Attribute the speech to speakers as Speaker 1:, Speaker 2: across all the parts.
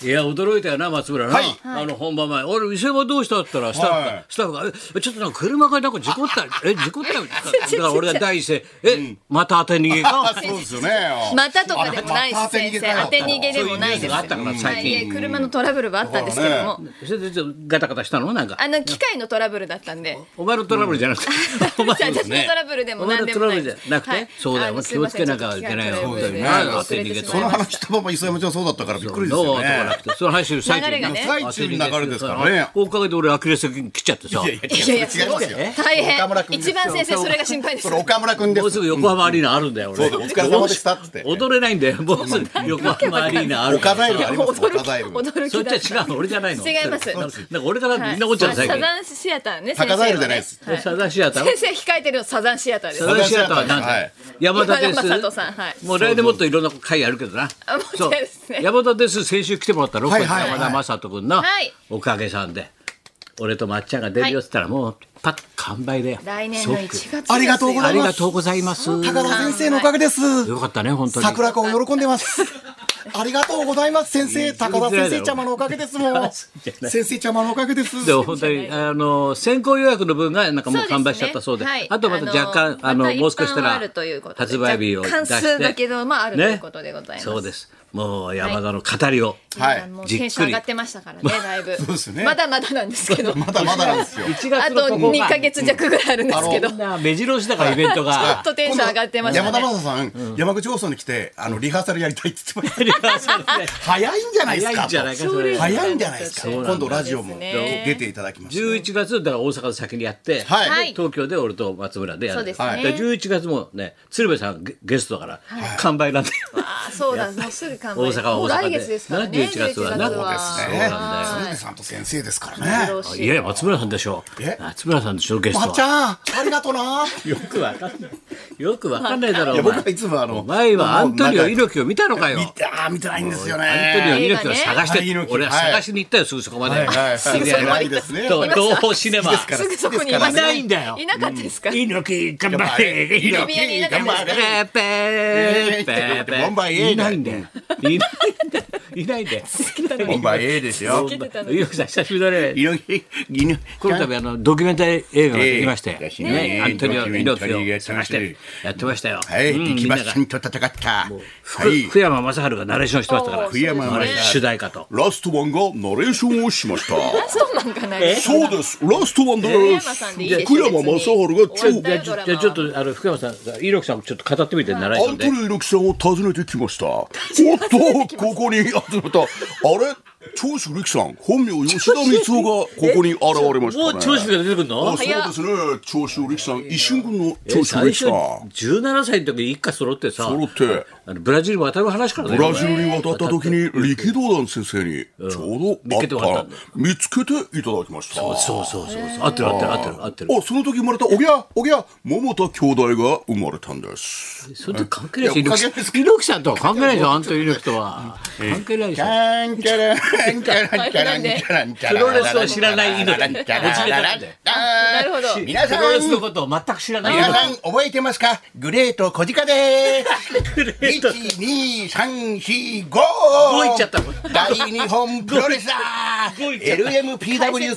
Speaker 1: いや、驚いたよな、松村な。あの、本番前。俺、店はどうしたって言ったら、スタッフが、
Speaker 2: はい
Speaker 1: スタッフが、えちょっとなんか車がなんか事故 った、え、事故ったみたい な。だから俺が第一声、え、また当て逃げ
Speaker 2: あ
Speaker 1: か。
Speaker 2: そうですよね。
Speaker 3: またとかでもないし、
Speaker 2: また当て
Speaker 3: 先生
Speaker 2: 逃げかよ
Speaker 3: 当て逃げでもないで
Speaker 1: そういうニュ
Speaker 3: す。
Speaker 1: ースがあったから最近
Speaker 3: はいいえ車のトラブルはあったんですけども、
Speaker 1: それでちょっとガタガタしたのなんか。
Speaker 3: あの機械のトラブルだったんで。
Speaker 1: お前のトラブルじゃなくて、 お
Speaker 3: じゃ
Speaker 1: 前
Speaker 3: あ
Speaker 1: の
Speaker 3: 私のトラブルでも何でもない
Speaker 1: お前のトラブルじゃなくて、
Speaker 3: はい
Speaker 1: そうだよ、
Speaker 3: あの
Speaker 1: 気をつけなきゃいけないよ。
Speaker 3: そう
Speaker 1: 本当
Speaker 3: だよ
Speaker 1: に
Speaker 3: ね
Speaker 1: ね。当て逃げと
Speaker 3: そ
Speaker 2: そ
Speaker 1: か。
Speaker 2: の話たまま磯山ちゃんそうだったからびっくりです
Speaker 1: どう
Speaker 2: よ
Speaker 1: とかな
Speaker 2: ね
Speaker 1: く。て、その話より最中
Speaker 3: 流れがね
Speaker 1: 当て逃げ
Speaker 2: 最中に流れですからね
Speaker 1: おかげで俺アキレス腱切っちゃってさ。
Speaker 3: いやいや、
Speaker 2: 違いますよ。
Speaker 3: 大変
Speaker 2: 岡村。君です
Speaker 3: 一
Speaker 2: よ
Speaker 3: 番先生、それが心配です
Speaker 2: そ。れ岡村君で
Speaker 1: もう
Speaker 2: す
Speaker 1: す。ぐ横浜アリーナあるんだよ、俺。
Speaker 2: そうだお疲れ様でしたっつって
Speaker 1: 踊れないんだよ、もうすぐ横浜アリーナあるか
Speaker 2: 岡
Speaker 1: ら。
Speaker 2: ザイルあります岡ザイル。
Speaker 3: 驚
Speaker 1: そ
Speaker 3: き
Speaker 1: っ
Speaker 3: だっ
Speaker 1: ちは違うの、俺じゃないの。
Speaker 3: 違います
Speaker 1: なんかなんか俺からみんなおっちゃ
Speaker 3: た。
Speaker 1: うの最
Speaker 3: サ
Speaker 1: 近。
Speaker 3: ザンシアターね、先生
Speaker 2: 高
Speaker 3: は
Speaker 2: ザ
Speaker 3: ね。
Speaker 2: イルじゃないです。
Speaker 3: はい
Speaker 1: サザンシアター
Speaker 3: 先生控えてるのサザンシアターです
Speaker 1: サ。ザンシアターは何
Speaker 2: は
Speaker 1: だ
Speaker 2: い
Speaker 1: 山田です。
Speaker 3: 山田佐藤さんはい
Speaker 1: もう来年もっといろんな回やるけどな
Speaker 3: あも。ちろんですね
Speaker 1: 山田です。先週来てもらったロッコ
Speaker 2: は
Speaker 1: に
Speaker 2: いはいはい
Speaker 1: 山田雅人君の
Speaker 3: はい
Speaker 1: おかげさんで。俺とまっちゃんが出るよって言ったらもうパッと完売だよ。
Speaker 3: 来年
Speaker 1: 即
Speaker 3: の1月ですよ。
Speaker 2: ありがとうござ
Speaker 1: あ
Speaker 2: い
Speaker 1: り
Speaker 2: ます
Speaker 1: がとうございます。
Speaker 2: 高田先生のおかげです。
Speaker 1: よかったね本当に。
Speaker 2: 桜子も喜んでます。ありがとうございます先生。高田先生ちゃまのおかげですもん。先生ちゃまのおかげです。
Speaker 1: でも本当にあの先行予約の分がなんかもう完売しちゃったそうで、
Speaker 3: そうですねはい
Speaker 1: あとまた若干あ
Speaker 3: あの
Speaker 1: の、
Speaker 3: また
Speaker 1: もう少しした
Speaker 3: 一般は
Speaker 1: ら
Speaker 3: あるということで
Speaker 1: 発売日を出
Speaker 3: 若干
Speaker 1: して
Speaker 3: 数だけどまああるということでございます
Speaker 1: そうですもう山田の語りを、
Speaker 2: はい
Speaker 3: もうテンション上がってましたからね、だいぶ。
Speaker 2: そうですね
Speaker 3: まだまだなんですけど。
Speaker 2: まだまだなんですよ。
Speaker 1: 1
Speaker 3: あ
Speaker 1: 月の
Speaker 3: と
Speaker 1: ここ
Speaker 3: 2
Speaker 1: が
Speaker 3: ヶ月弱ぐらいあるんですけど。
Speaker 1: みんな目白押しだからイベント
Speaker 3: ちょっ
Speaker 1: が
Speaker 3: とテンション上がってました
Speaker 2: 山田
Speaker 3: ね。
Speaker 2: 雅人さん、山口放送に来て、あのリハーサルやりたいって言ってました。
Speaker 1: リハーサルで
Speaker 2: 早いんじゃないです
Speaker 1: 早
Speaker 2: か。
Speaker 1: いんじゃないか
Speaker 2: と
Speaker 1: それ
Speaker 2: 早いんじゃないですか。
Speaker 1: そうなんだ
Speaker 2: 今度ラジオも
Speaker 3: そうですね
Speaker 2: 出ていただきました。
Speaker 1: 11月だから大阪で先にやって、
Speaker 2: はい
Speaker 3: はい
Speaker 1: 東京で俺と松村でやる
Speaker 3: そうですね
Speaker 1: はいだから11月もね鶴瓶さんゲゲストだから、完売なんだよ
Speaker 3: ああ、そうだ、もうすぐ完売。
Speaker 1: 大阪は
Speaker 3: も
Speaker 1: 大
Speaker 3: う
Speaker 1: 阪で
Speaker 3: 来月ですからね。
Speaker 1: 11月はな
Speaker 3: 11
Speaker 2: そう
Speaker 1: そうなんだよ
Speaker 2: なんだよ。さんと先生ですからね。
Speaker 1: いやいや松村さんでしょ
Speaker 2: え
Speaker 1: 松村さんでしょゲスト
Speaker 2: ま
Speaker 1: は
Speaker 2: っちゃん、ありがとう な。
Speaker 1: よくわかんない。よくわかんないだろ。
Speaker 2: いうや
Speaker 1: お前
Speaker 2: 僕はいつもあの
Speaker 1: お前はアントニオ猪木を見たのかよ。
Speaker 2: 見て、あー見てないんですよね。
Speaker 1: アントニオ猪木を探し
Speaker 2: 映画
Speaker 1: て
Speaker 2: ね、
Speaker 1: 俺は探しに行ったよ、すぐそこまで。
Speaker 2: すぐそこまでですね。
Speaker 1: と
Speaker 2: い
Speaker 1: 同胞シネマ。
Speaker 2: から
Speaker 3: すぐそこにいま
Speaker 1: い
Speaker 3: す
Speaker 1: な
Speaker 3: ね。
Speaker 1: いんだよ
Speaker 3: いなかったですか。
Speaker 1: 猪木、頑張れ
Speaker 2: 猪木
Speaker 1: 猪木、頑張れペーペーペ
Speaker 2: ボンバイ
Speaker 1: ー
Speaker 2: A
Speaker 1: いないんだよ。いないんだよ。いないんだよ。
Speaker 2: 本番 A ですよ。
Speaker 1: 猪木さん、久しぶりだね。
Speaker 2: 猪木、猪
Speaker 1: この
Speaker 2: 木。
Speaker 1: 度あのドキュメンタリー映画ができまして、
Speaker 2: ええ
Speaker 1: ね、
Speaker 2: ね
Speaker 1: アントニオ猪木を探し
Speaker 2: ドキュメンタリーがやってまして
Speaker 1: やってましたよ。
Speaker 2: はい、
Speaker 1: うん
Speaker 2: 力
Speaker 1: みんな
Speaker 2: 馬
Speaker 1: が
Speaker 2: さんと戦った。
Speaker 1: ふ
Speaker 2: はい。
Speaker 1: 福山雅治がナレーションしてましたから
Speaker 3: おー
Speaker 2: 福山
Speaker 1: あ
Speaker 2: 雅
Speaker 1: れ
Speaker 2: 治
Speaker 1: 主題歌と
Speaker 2: ラストワンがナレーションをしました。
Speaker 3: ストマンがない。
Speaker 2: そうです。ラストワンで
Speaker 3: 福山さんでいいですよ。
Speaker 1: じゃあちょ
Speaker 3: 終わったよドラマは
Speaker 1: っとあの福山さん猪木さんちょっと語ってみてナレーシ
Speaker 2: ア
Speaker 1: ョン
Speaker 2: ン
Speaker 1: で
Speaker 2: トニオ猪木さんを訪ねてきました。おっと、ここに集まった。あれ長州力さん、本名吉田光雄がここに現れましたね。
Speaker 1: もう長州が出てくる
Speaker 2: あ
Speaker 1: の
Speaker 2: そうですね。長州力さん、一瞬軍の
Speaker 1: え
Speaker 2: 長州
Speaker 1: 最
Speaker 2: 力さ
Speaker 1: 初
Speaker 2: ん。
Speaker 1: 17歳の時に一家揃ってさ
Speaker 2: 揃って
Speaker 1: あのブラジル渡る話からね
Speaker 2: ブラジルに渡った時に力道山先生にちょうど
Speaker 1: 見つけてもら
Speaker 2: あ
Speaker 1: った
Speaker 2: った
Speaker 1: んだ
Speaker 2: 見つけていただきました。
Speaker 1: そうそうそうそう合ってる合ってる合ってる合ってる
Speaker 2: あ、その時生まれたおぎゃおぎゃ桃田兄弟が生まれたんです。
Speaker 1: それと関係ないし
Speaker 2: いや
Speaker 1: 猪
Speaker 2: 関係ない
Speaker 1: 木さん猪木さんとは関係ないでしょアントニオ猪木とは関係ないでしょ
Speaker 2: んちゃらんちゃらん
Speaker 3: ちゃらんち
Speaker 2: ゃらんちゃ
Speaker 1: プロレスを知らない猪木落ちてたんで
Speaker 3: なるほど。
Speaker 2: 皆
Speaker 1: プロレスのことを全く知らない
Speaker 2: 皆さん覚えてますかグレート小鹿 です。一二三四五。
Speaker 1: 五いっちゃったもん
Speaker 2: 大日本プロレスだ。
Speaker 1: 五いっちゃった
Speaker 2: LMPW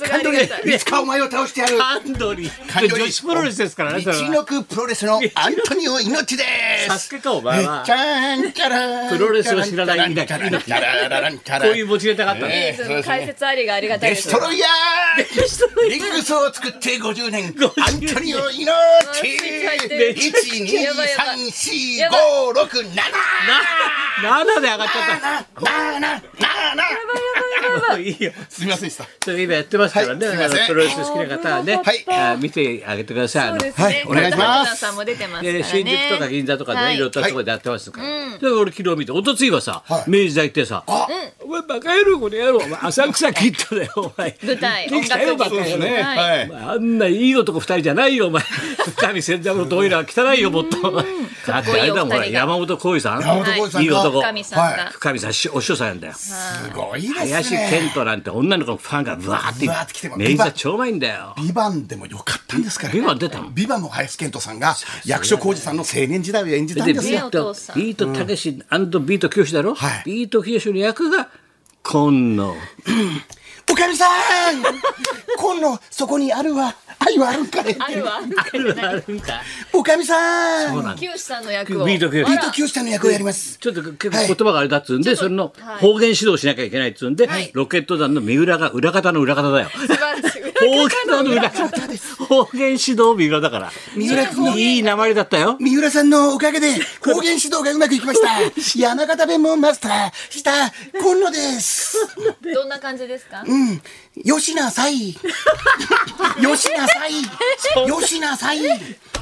Speaker 3: 解 説
Speaker 2: カ
Speaker 3: が
Speaker 2: ント
Speaker 3: ありがたい
Speaker 2: リー。いつかお前を倒してやる。
Speaker 1: ハンドリ
Speaker 2: カン
Speaker 1: ー
Speaker 2: トリー
Speaker 1: 女子プロレスですからねそれ
Speaker 2: 一
Speaker 1: は
Speaker 2: のくプロレスのアントニオ猪木で
Speaker 1: サス
Speaker 2: す。
Speaker 1: ケかお前は
Speaker 2: ちゃんちゃらん
Speaker 1: プロレスを知らない猪木
Speaker 2: ちゃらんちゃらんちゃらんちゃら
Speaker 1: こ
Speaker 2: ん
Speaker 1: ういう持ちネタがあったの
Speaker 3: いいですね解説ありがありがたい
Speaker 2: デ
Speaker 3: で
Speaker 2: ス
Speaker 3: す。
Speaker 2: トロイヤーリングスを作って50年アントニオ
Speaker 3: め
Speaker 2: 猪
Speaker 3: っちゃ入ってるやばい
Speaker 2: 木
Speaker 1: 7で上がっちゃった
Speaker 3: やばい
Speaker 1: もういいよ
Speaker 2: すみませんでした。
Speaker 1: それ今やってますからね、
Speaker 2: はいすいません
Speaker 1: あのプロレス好きな方はね、
Speaker 2: はい
Speaker 1: あ見てあげてください。あ
Speaker 3: そう
Speaker 1: の
Speaker 3: ですね。
Speaker 2: はいお願いします
Speaker 3: 片岡さんも出てますから
Speaker 1: で
Speaker 3: ね。
Speaker 1: 新宿とか銀座とかね、
Speaker 3: はい
Speaker 1: いろんなところでやってますから、で俺昨日見て一昨日はさ、
Speaker 2: はい
Speaker 1: 明治大行ってさ、前バカ野郎この野郎お前浅草キッドだよお前
Speaker 3: 舞台
Speaker 1: 行ってきたよ
Speaker 3: 音楽
Speaker 1: バ
Speaker 3: 劇
Speaker 1: カ野郎
Speaker 3: ねはい
Speaker 2: はい
Speaker 1: お前あんないい男二人じゃないよお前二人洗濯のトイレは汚いよもっとだってあれだもんほら
Speaker 3: かっこいいお二人が
Speaker 1: 山本浩二さん
Speaker 2: 山本浩二さん
Speaker 1: いい
Speaker 2: が
Speaker 1: 男
Speaker 3: 深見さんが、
Speaker 1: 深見さんしお師匠さんだよ
Speaker 2: すごいです
Speaker 1: 林
Speaker 2: ね
Speaker 1: 遣都なんて女の子のファンがブワーって
Speaker 2: ブワーって来てます
Speaker 1: メイ座超うまいんだよ
Speaker 2: ビバンでもよかったんですから
Speaker 1: ビバン出たの
Speaker 2: ビバンも林遣都さんが役所広司さんの青年時代を演じたん
Speaker 1: でビ
Speaker 2: です
Speaker 3: ね
Speaker 1: ー
Speaker 2: よ
Speaker 1: ト
Speaker 3: お父さん
Speaker 1: ビートたけしビートきよしだろ、
Speaker 2: はい
Speaker 1: ビートきよしの役が今 野
Speaker 2: おかみさ ん今度そこにあるわ愛はあるんかね
Speaker 3: あるわ
Speaker 1: あるんか
Speaker 2: おかみさん
Speaker 3: きよしさんの役を
Speaker 1: ビートきよし
Speaker 3: あ
Speaker 2: ビ
Speaker 3: ら
Speaker 2: ート清さんの役をやります
Speaker 1: ちょっと結
Speaker 2: は
Speaker 1: 構
Speaker 2: い
Speaker 1: 言葉があれだっつうんで、それの方言指導しなきゃいけないっつうんで、
Speaker 3: はい
Speaker 1: ロケット団の三浦が裏方の裏方だよ。
Speaker 3: 素晴らしい
Speaker 1: 方言の裏方です。方言指導三浦だから。
Speaker 2: 三浦君の
Speaker 1: いい名前だったよ。
Speaker 2: 三浦さんのおかげで方言指導がうまくいきました山形弁もマスターした今野です
Speaker 3: どんな感じですか
Speaker 2: よしなさいよしなさいよしなさい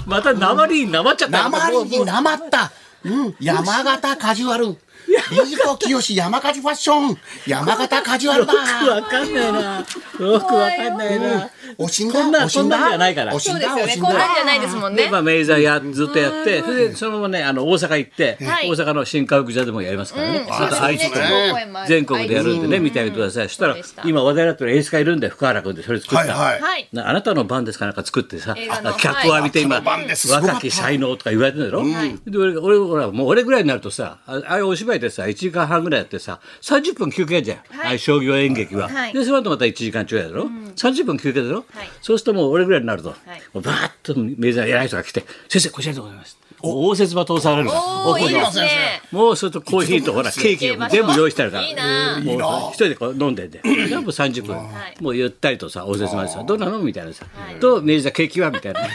Speaker 1: また鉛に鉛っちゃった。
Speaker 2: なまり
Speaker 1: も
Speaker 2: に
Speaker 1: う
Speaker 2: なまった、うん、山形カジュアルビート清山形ファッション山形カジュアルだ
Speaker 1: わかんないな。よくわかんないな。
Speaker 2: おしん
Speaker 1: こん
Speaker 2: だ
Speaker 1: な
Speaker 2: おしんだ
Speaker 1: こんなんじゃないから
Speaker 2: おし
Speaker 3: そ
Speaker 2: ん
Speaker 3: うです
Speaker 2: だ
Speaker 3: よ
Speaker 2: お
Speaker 3: ね
Speaker 2: しん
Speaker 3: こんなんじゃ
Speaker 2: だ
Speaker 3: ないですもん
Speaker 1: で、
Speaker 3: ね
Speaker 1: まあ、明治やずっとやって、それで、そのままね、あの、大阪行って、
Speaker 3: はい
Speaker 1: 大阪の新歌舞伎座でもやりますからね。あと愛知と
Speaker 3: そうですね地方公演もある
Speaker 1: 全国でやるんでね、見てあげてください。そしたら
Speaker 3: そうでした、
Speaker 1: 今話題になってる演出家いるんで、福原君でそれ作っ
Speaker 2: は
Speaker 1: た。
Speaker 2: い
Speaker 3: はい
Speaker 1: なあなたの番ですかなんか作ってさ
Speaker 3: 映画の、
Speaker 1: 客を浴びて今、
Speaker 2: はいあなたの番です
Speaker 1: 若き才能とか言われてるだろで、俺、俺、ほら、もう俺ぐらいになるとさ、あああいうお芝居でさ、1時間半ぐらいやってさ、30分休憩じゃん。ああいう商業演劇は
Speaker 3: はい。
Speaker 1: で、その後また1時間ちょいやだろ ?30 分休憩だろ
Speaker 3: はい
Speaker 1: そうするともう俺ぐらいになると、
Speaker 3: い
Speaker 1: もうバーッとメジャー偉い人が来て、先生、こちらでございます。応接場通されるから
Speaker 3: おおいいですね
Speaker 1: もうするとコーヒーとほら、ケーキを全部用意してあるから。
Speaker 3: いいなあ
Speaker 1: もう一人でこう飲んでんで、全部30分
Speaker 3: はい、
Speaker 1: もうゆったりとさ、応接までさ、どうなのみたいなさ、と、明治座景気はみたいな。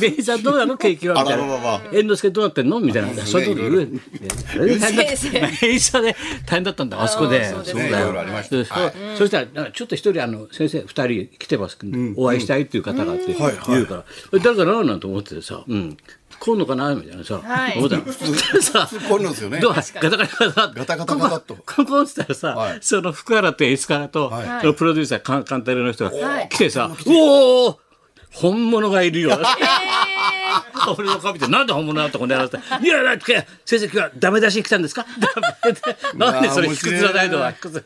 Speaker 1: 明治座どうなの景気はみたい
Speaker 2: あららら
Speaker 1: な。猿之助どうなってんのみたいな。そういうこと言う。ね あれで大変だ
Speaker 3: 先生
Speaker 1: 明治座で大変だったんだ、あそこで。
Speaker 3: そうです
Speaker 1: そ
Speaker 3: ね
Speaker 1: うだ
Speaker 2: い
Speaker 1: よ
Speaker 2: ろいろありまし。た
Speaker 1: でそうそしたら、なんかちょっと一人、あの、先生二人来てますけど、お会いしたいっていう方があって、言うから、え誰かななんて思っててさ、うん。来んのかなみたいなさ、
Speaker 3: はい
Speaker 1: 思ったの。そしたらさ
Speaker 2: こういうのですよね
Speaker 1: ドアガタガタガタ
Speaker 2: ガタガタガタっと
Speaker 1: ここここっつったらさ、
Speaker 2: はい
Speaker 1: その福原と演出家と、
Speaker 2: はい
Speaker 1: そのプロデューサーカンカンタレの人
Speaker 3: は
Speaker 1: が
Speaker 3: い
Speaker 1: 来てさ、おお本物がい るよ。
Speaker 3: え
Speaker 1: 俺の顔見て、なんで本物だったこの野郎って。いや、だって、先生今日はダメ出しに来たんですかダメでなんでそれ、
Speaker 2: うわー
Speaker 1: 卑屈な態度は。卑屈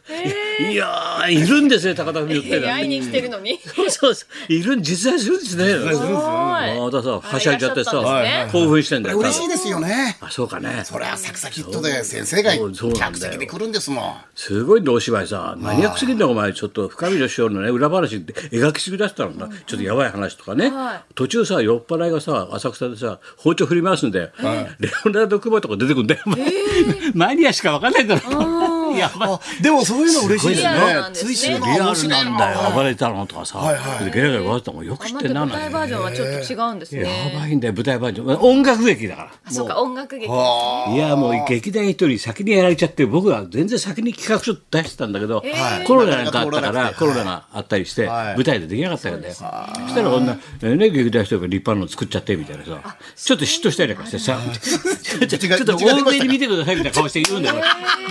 Speaker 1: いやー、いるんですね、高田文夫って
Speaker 3: ー。会いに来てるのにす
Speaker 1: そうそうそう。いるん、実在するんですね。
Speaker 3: ごい
Speaker 1: またさ、はしゃいじゃってさ
Speaker 3: いらっしゃったんですねはい、
Speaker 1: 興奮してんだよ。
Speaker 2: 嬉しいですよね
Speaker 1: あ、そうかね。
Speaker 2: それ浅草キッドで先生が
Speaker 1: そうなんだよ
Speaker 2: 客席で来るんですもん
Speaker 1: すごいねお芝居さマニアックすぎんだよお前ちょっと深見の師匠のね裏話で描きすぎだったのな、ちょっとやばい話とかね、
Speaker 3: は
Speaker 1: 途中さ酔っ払いがさ浅草でさ包丁振り回すんだよ、レオナルド・クマとか出てくんだよ、お前 マニアしか分かんないだろやばい
Speaker 2: でもそういうの嬉しいです
Speaker 3: リアルな
Speaker 2: ね
Speaker 3: んですね
Speaker 2: 追
Speaker 3: リア
Speaker 2: 伸
Speaker 3: ル
Speaker 2: が
Speaker 1: リア
Speaker 2: 面
Speaker 1: ル
Speaker 2: 白い
Speaker 1: なんだよ暴れたのとかさ、
Speaker 2: はいはい
Speaker 1: でゲラゲラ笑ってたもんよく知っ
Speaker 3: あま
Speaker 1: て
Speaker 3: た
Speaker 1: んな
Speaker 3: 舞台バージョンはちょっと違うんです
Speaker 1: やば
Speaker 3: ね
Speaker 1: いんだよ舞台バージョン音楽劇だから
Speaker 3: あそうか音楽劇
Speaker 1: いやもう劇団一人先にやられちゃって僕は全然先に企画書出してたんだけど、コロナなんかあったからコロナがあったりして舞台でできなかったんだよ、そしたらこんな、ね、劇団一人が立派なの作っちゃってみたいなさちょっと嫉妬したりなんかしてさちょっと多めに見てくださいみたいな顔して言うんだよ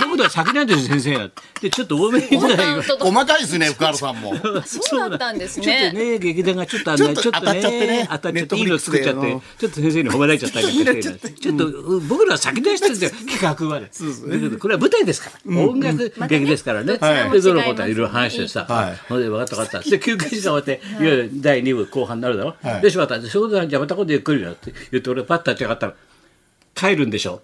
Speaker 1: 僕とは先なんですよ先生がでちょっと多めに見てください
Speaker 3: 本当だ
Speaker 2: 細かいですね福原さんも
Speaker 3: そうだったんです
Speaker 1: ちょっ
Speaker 3: ね
Speaker 1: とね劇団がちょっとあのね
Speaker 2: ちょっと当たっちゃってね
Speaker 1: 当たっちゃって
Speaker 2: ネット
Speaker 1: いい
Speaker 2: フリッ
Speaker 1: の
Speaker 2: クス
Speaker 1: 作っちゃっ
Speaker 2: であ
Speaker 1: て
Speaker 2: の
Speaker 1: ちょっと先生に褒められちゃったりなんかして ちょっとうん僕らは先出してるんだよ企画はねだけどこれは舞台ですから音楽劇ですからね
Speaker 3: またね
Speaker 1: でそのことはいろいろ話してさ
Speaker 2: はい
Speaker 1: ほんで分かった分かったで休憩時間終わっていよいよ第2部後半になるだろでしまった仕事なんじゃまた今度ゆっくりなって言って俺パッと立ち上がったら帰るんでしょ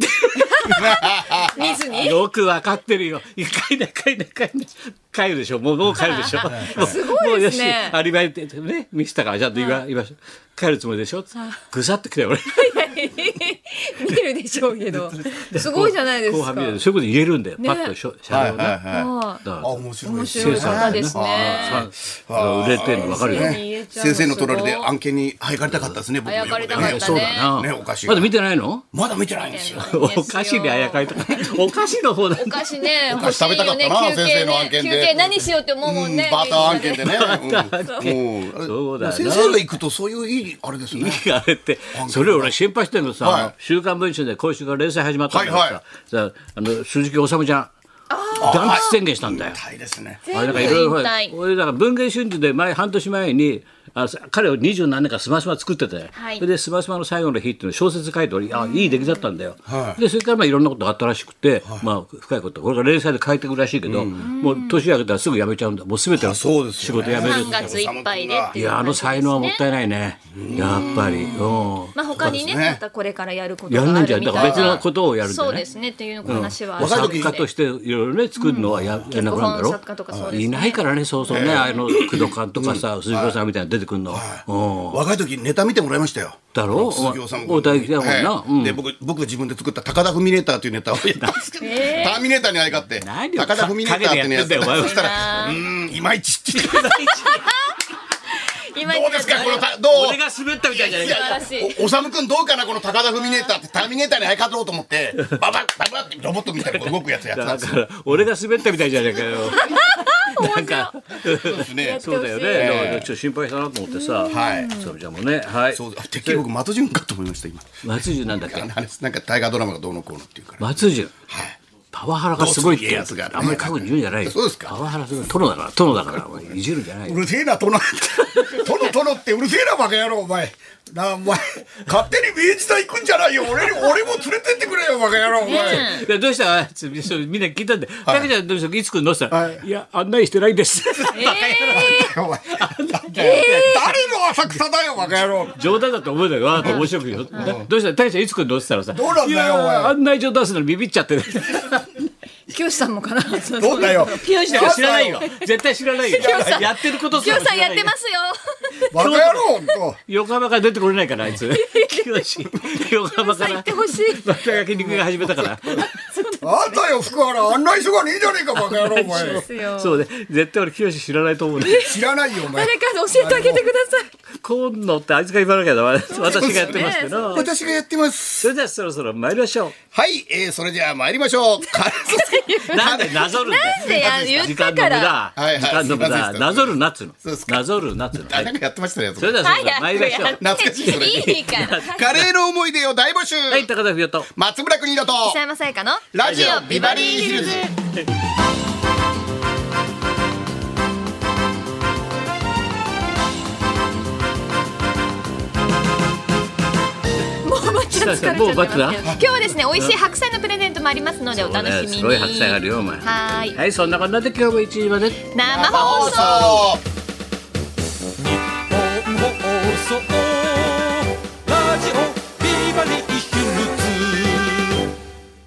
Speaker 3: 見ずに
Speaker 1: よくわかってるよ。一回だ、一回だ、一回だ。帰るでしょ。もう、もう帰るでしょ。
Speaker 3: すごいです
Speaker 1: も
Speaker 3: ね
Speaker 1: うよし、アリバイってね、見せたから、ちゃんと言わ、言わし帰るつもりでしょ。ぐさっと来たよ、俺。
Speaker 3: 見てるでしょうけどすごいじゃないです
Speaker 1: 後
Speaker 3: か
Speaker 1: 半見るそういうこと言えるんだよ。パッとしょ、車両をね。
Speaker 3: は
Speaker 1: だから
Speaker 2: あ面白い
Speaker 3: い
Speaker 2: で
Speaker 3: 面
Speaker 2: す
Speaker 3: 白かったですね
Speaker 1: さ売れてるのわかるよ。
Speaker 3: 言えちゃう
Speaker 2: 先生の隣で案件にあやかりたかったですね僕も
Speaker 3: あやかりたかったね
Speaker 1: そうだな。
Speaker 2: ねおかしい
Speaker 1: まだ見てないの
Speaker 2: まだ見てないんですよ
Speaker 3: すごいですよ
Speaker 1: お菓子であやかり とか。お菓子の方だ
Speaker 3: お菓子ね欲
Speaker 2: 菓
Speaker 3: し
Speaker 2: 子
Speaker 3: い
Speaker 2: 食べたか
Speaker 3: よ
Speaker 2: っ
Speaker 3: ね
Speaker 2: たな
Speaker 3: 休
Speaker 2: 先
Speaker 3: 憩
Speaker 2: 生の案
Speaker 3: ね
Speaker 2: 件
Speaker 3: 休
Speaker 2: で
Speaker 3: 憩何しようって思うもんね
Speaker 2: バター案件でね。うん
Speaker 1: そうだな
Speaker 2: 先生が行くとそういういいあれですね。
Speaker 1: いやあれってそれ俺心配してんのさ、
Speaker 2: はい
Speaker 1: あの週刊文春で今週から連載始まったんだけどさ,、
Speaker 2: はいはい
Speaker 1: さあの鈴木おさむちゃん断筆宣言したんだよ。
Speaker 2: 大ですね。
Speaker 1: あれなんかいろいろほ
Speaker 3: 全部
Speaker 1: ら
Speaker 3: 引退
Speaker 1: 俺だから文藝春秋で前半年前にあさ彼を二十何年かスマスマ作ってて、
Speaker 3: はい
Speaker 1: それでスマスマの最後の日っていうのを小説書いて俺あいい出来だったんだよ、でそれからまあいろんなことがあったらしくて、まあ深いことこれから連載で書いてくらしいけど、もう年明けたらすぐ辞めちゃうんだもう全ての仕
Speaker 2: そう
Speaker 1: 事
Speaker 2: です
Speaker 1: 辞
Speaker 2: よね
Speaker 1: める
Speaker 3: 3月いっぱいでって
Speaker 1: い
Speaker 3: いう
Speaker 1: やあ
Speaker 3: 感
Speaker 1: の
Speaker 3: じですね
Speaker 1: 才能はもったいないねやっぱりうん
Speaker 3: まあ他にね
Speaker 2: そうですね
Speaker 3: またこれからやること
Speaker 1: や
Speaker 3: がある
Speaker 1: んな
Speaker 3: みた
Speaker 1: い
Speaker 3: い
Speaker 1: ん
Speaker 3: な
Speaker 1: じゃないだから別のことをやるんだよね
Speaker 3: そうですねっていう話はある
Speaker 2: 若い
Speaker 1: 作
Speaker 2: 時
Speaker 1: 家としていろいろね作るのはや,、やんなくなるんだろ
Speaker 3: 結構本作家とかそうですね
Speaker 1: いないからねそうそうね、あの工藤官とかさ鈴木さんみたいなの出てくるの、うん
Speaker 2: 若い時ネタ見てもらいましたよ。
Speaker 1: だろ
Speaker 2: 杉尾さん
Speaker 1: お大吉だもんな
Speaker 2: はい
Speaker 1: うん
Speaker 2: で僕僕自分で作った高田フミネーターというネタをやったんで すけど、ターミネーターに相がって
Speaker 1: 何を
Speaker 2: 高田フミネーターってねやつ
Speaker 1: 陰でやってんだよお前は
Speaker 2: そしたらうーんいまいちって言って
Speaker 3: 今
Speaker 2: どうですかこのたど
Speaker 1: 俺が滑ったみたいじゃないか
Speaker 3: 素晴らしいう
Speaker 2: おおさむくんどうかなこの高田フミネーターってターミネーターに相がとろうと思ってババッババッってロボットみたいに動くやつやってた
Speaker 1: だ
Speaker 2: んです
Speaker 1: か
Speaker 2: よ
Speaker 1: ら俺が滑ったみたいじゃないか よなんか
Speaker 2: そうですね
Speaker 1: そうだよね、
Speaker 3: え
Speaker 1: だからちょっと心配したなと思ってさ、
Speaker 2: はい
Speaker 1: それじゃもうねはい
Speaker 2: そうですてっきり僕的順かと思いました今
Speaker 1: 松潤なんだっけ
Speaker 2: あの話なんか大河ドラマがどうのこうのっていうから
Speaker 1: 松潤
Speaker 2: はい
Speaker 1: パワハラがすごいって
Speaker 2: どうする家康がね
Speaker 1: あんまり過去に言うんじゃないよ
Speaker 2: そうですか
Speaker 1: パワハラすごい殿だから殿だからお前いじるんじゃないうよ
Speaker 4: るせえな、殿。殿、殿ってうるせえな、バカ野郎、お前。なあ、お前、勝手に明治大行くんじゃないよ。俺に、俺も連れてってくれよ、バカ野郎、お前。
Speaker 1: いやどうしたあいつそれみんな聞いたんで「たけちゃんどうしたいつ来るの?」って言ったら
Speaker 4: はい
Speaker 1: いや案内してない です」
Speaker 4: お前誰の浅草だよ、バカ野郎。
Speaker 1: 冗談だと思うんだけど、わーっと面白くよ。などうした大将いつ来るのって言ったらさ、
Speaker 4: どうなんだよ
Speaker 1: いやー
Speaker 4: お前
Speaker 1: 案内状出すのにビビっちゃってね。
Speaker 3: 清さん もかなそ
Speaker 4: どうだよ。
Speaker 1: ピヨシ知らないよ。絶対知らないよ
Speaker 3: さ。ん
Speaker 1: やってることす
Speaker 3: 清
Speaker 1: ら知
Speaker 3: さ
Speaker 1: ら
Speaker 3: ん
Speaker 1: ない
Speaker 3: やって ますよ
Speaker 4: バカ野郎、と。
Speaker 1: 横浜から出てこれないから、あいつ。ピヨシ横浜か
Speaker 3: さん
Speaker 1: ら。
Speaker 3: 行って
Speaker 1: ま
Speaker 3: ほしい
Speaker 1: た焼き肉が始めたから。
Speaker 4: あんたよ、福原、案内所がねえじゃねえか、バカ野郎、お前。
Speaker 1: そうね。絶対俺、ピヨシ知らないと思うんだよ。
Speaker 4: 知らないよ、お前。
Speaker 3: 誰か教えてあげてください
Speaker 1: 今度ってあいつが言わなきゃだわ。私がやってますけど。
Speaker 2: 私がやってます
Speaker 1: それではそろそろ参りましょ
Speaker 2: はい、えー、それじゃあ参りましょう
Speaker 1: う。なんでなぞるんだよ
Speaker 3: なんでや言
Speaker 1: 時
Speaker 3: っ
Speaker 1: 間
Speaker 3: た
Speaker 1: の無駄。
Speaker 3: から
Speaker 2: はいはい
Speaker 1: 時間の無
Speaker 2: すいませ
Speaker 1: 駄。
Speaker 2: ん
Speaker 1: なぞるなっつうの
Speaker 2: そうです。か
Speaker 1: なぞるなっつうの。は
Speaker 2: あ
Speaker 1: い
Speaker 2: なんかやってましたねそ
Speaker 1: それ
Speaker 2: れ
Speaker 1: ではそろそろ参りましょう
Speaker 3: 早。くやって
Speaker 2: 懐かしいそれ
Speaker 3: いいから
Speaker 2: カレーの思い出を大募集、
Speaker 1: はい、高田冬と。
Speaker 2: 松村邦人と
Speaker 3: 北山さやかの
Speaker 2: ラジオビバリーヒルズ
Speaker 3: もうバッチリ疲れちゃって
Speaker 1: もうバッチリだ
Speaker 3: ますけど今日はですね美味しい白菜のプレゼントもありますのでお楽しみに
Speaker 1: すごい白菜あるよ、お前。
Speaker 3: はーい
Speaker 1: はい、そんなこんなで今日も1時まで。
Speaker 3: 生放送
Speaker 2: 放送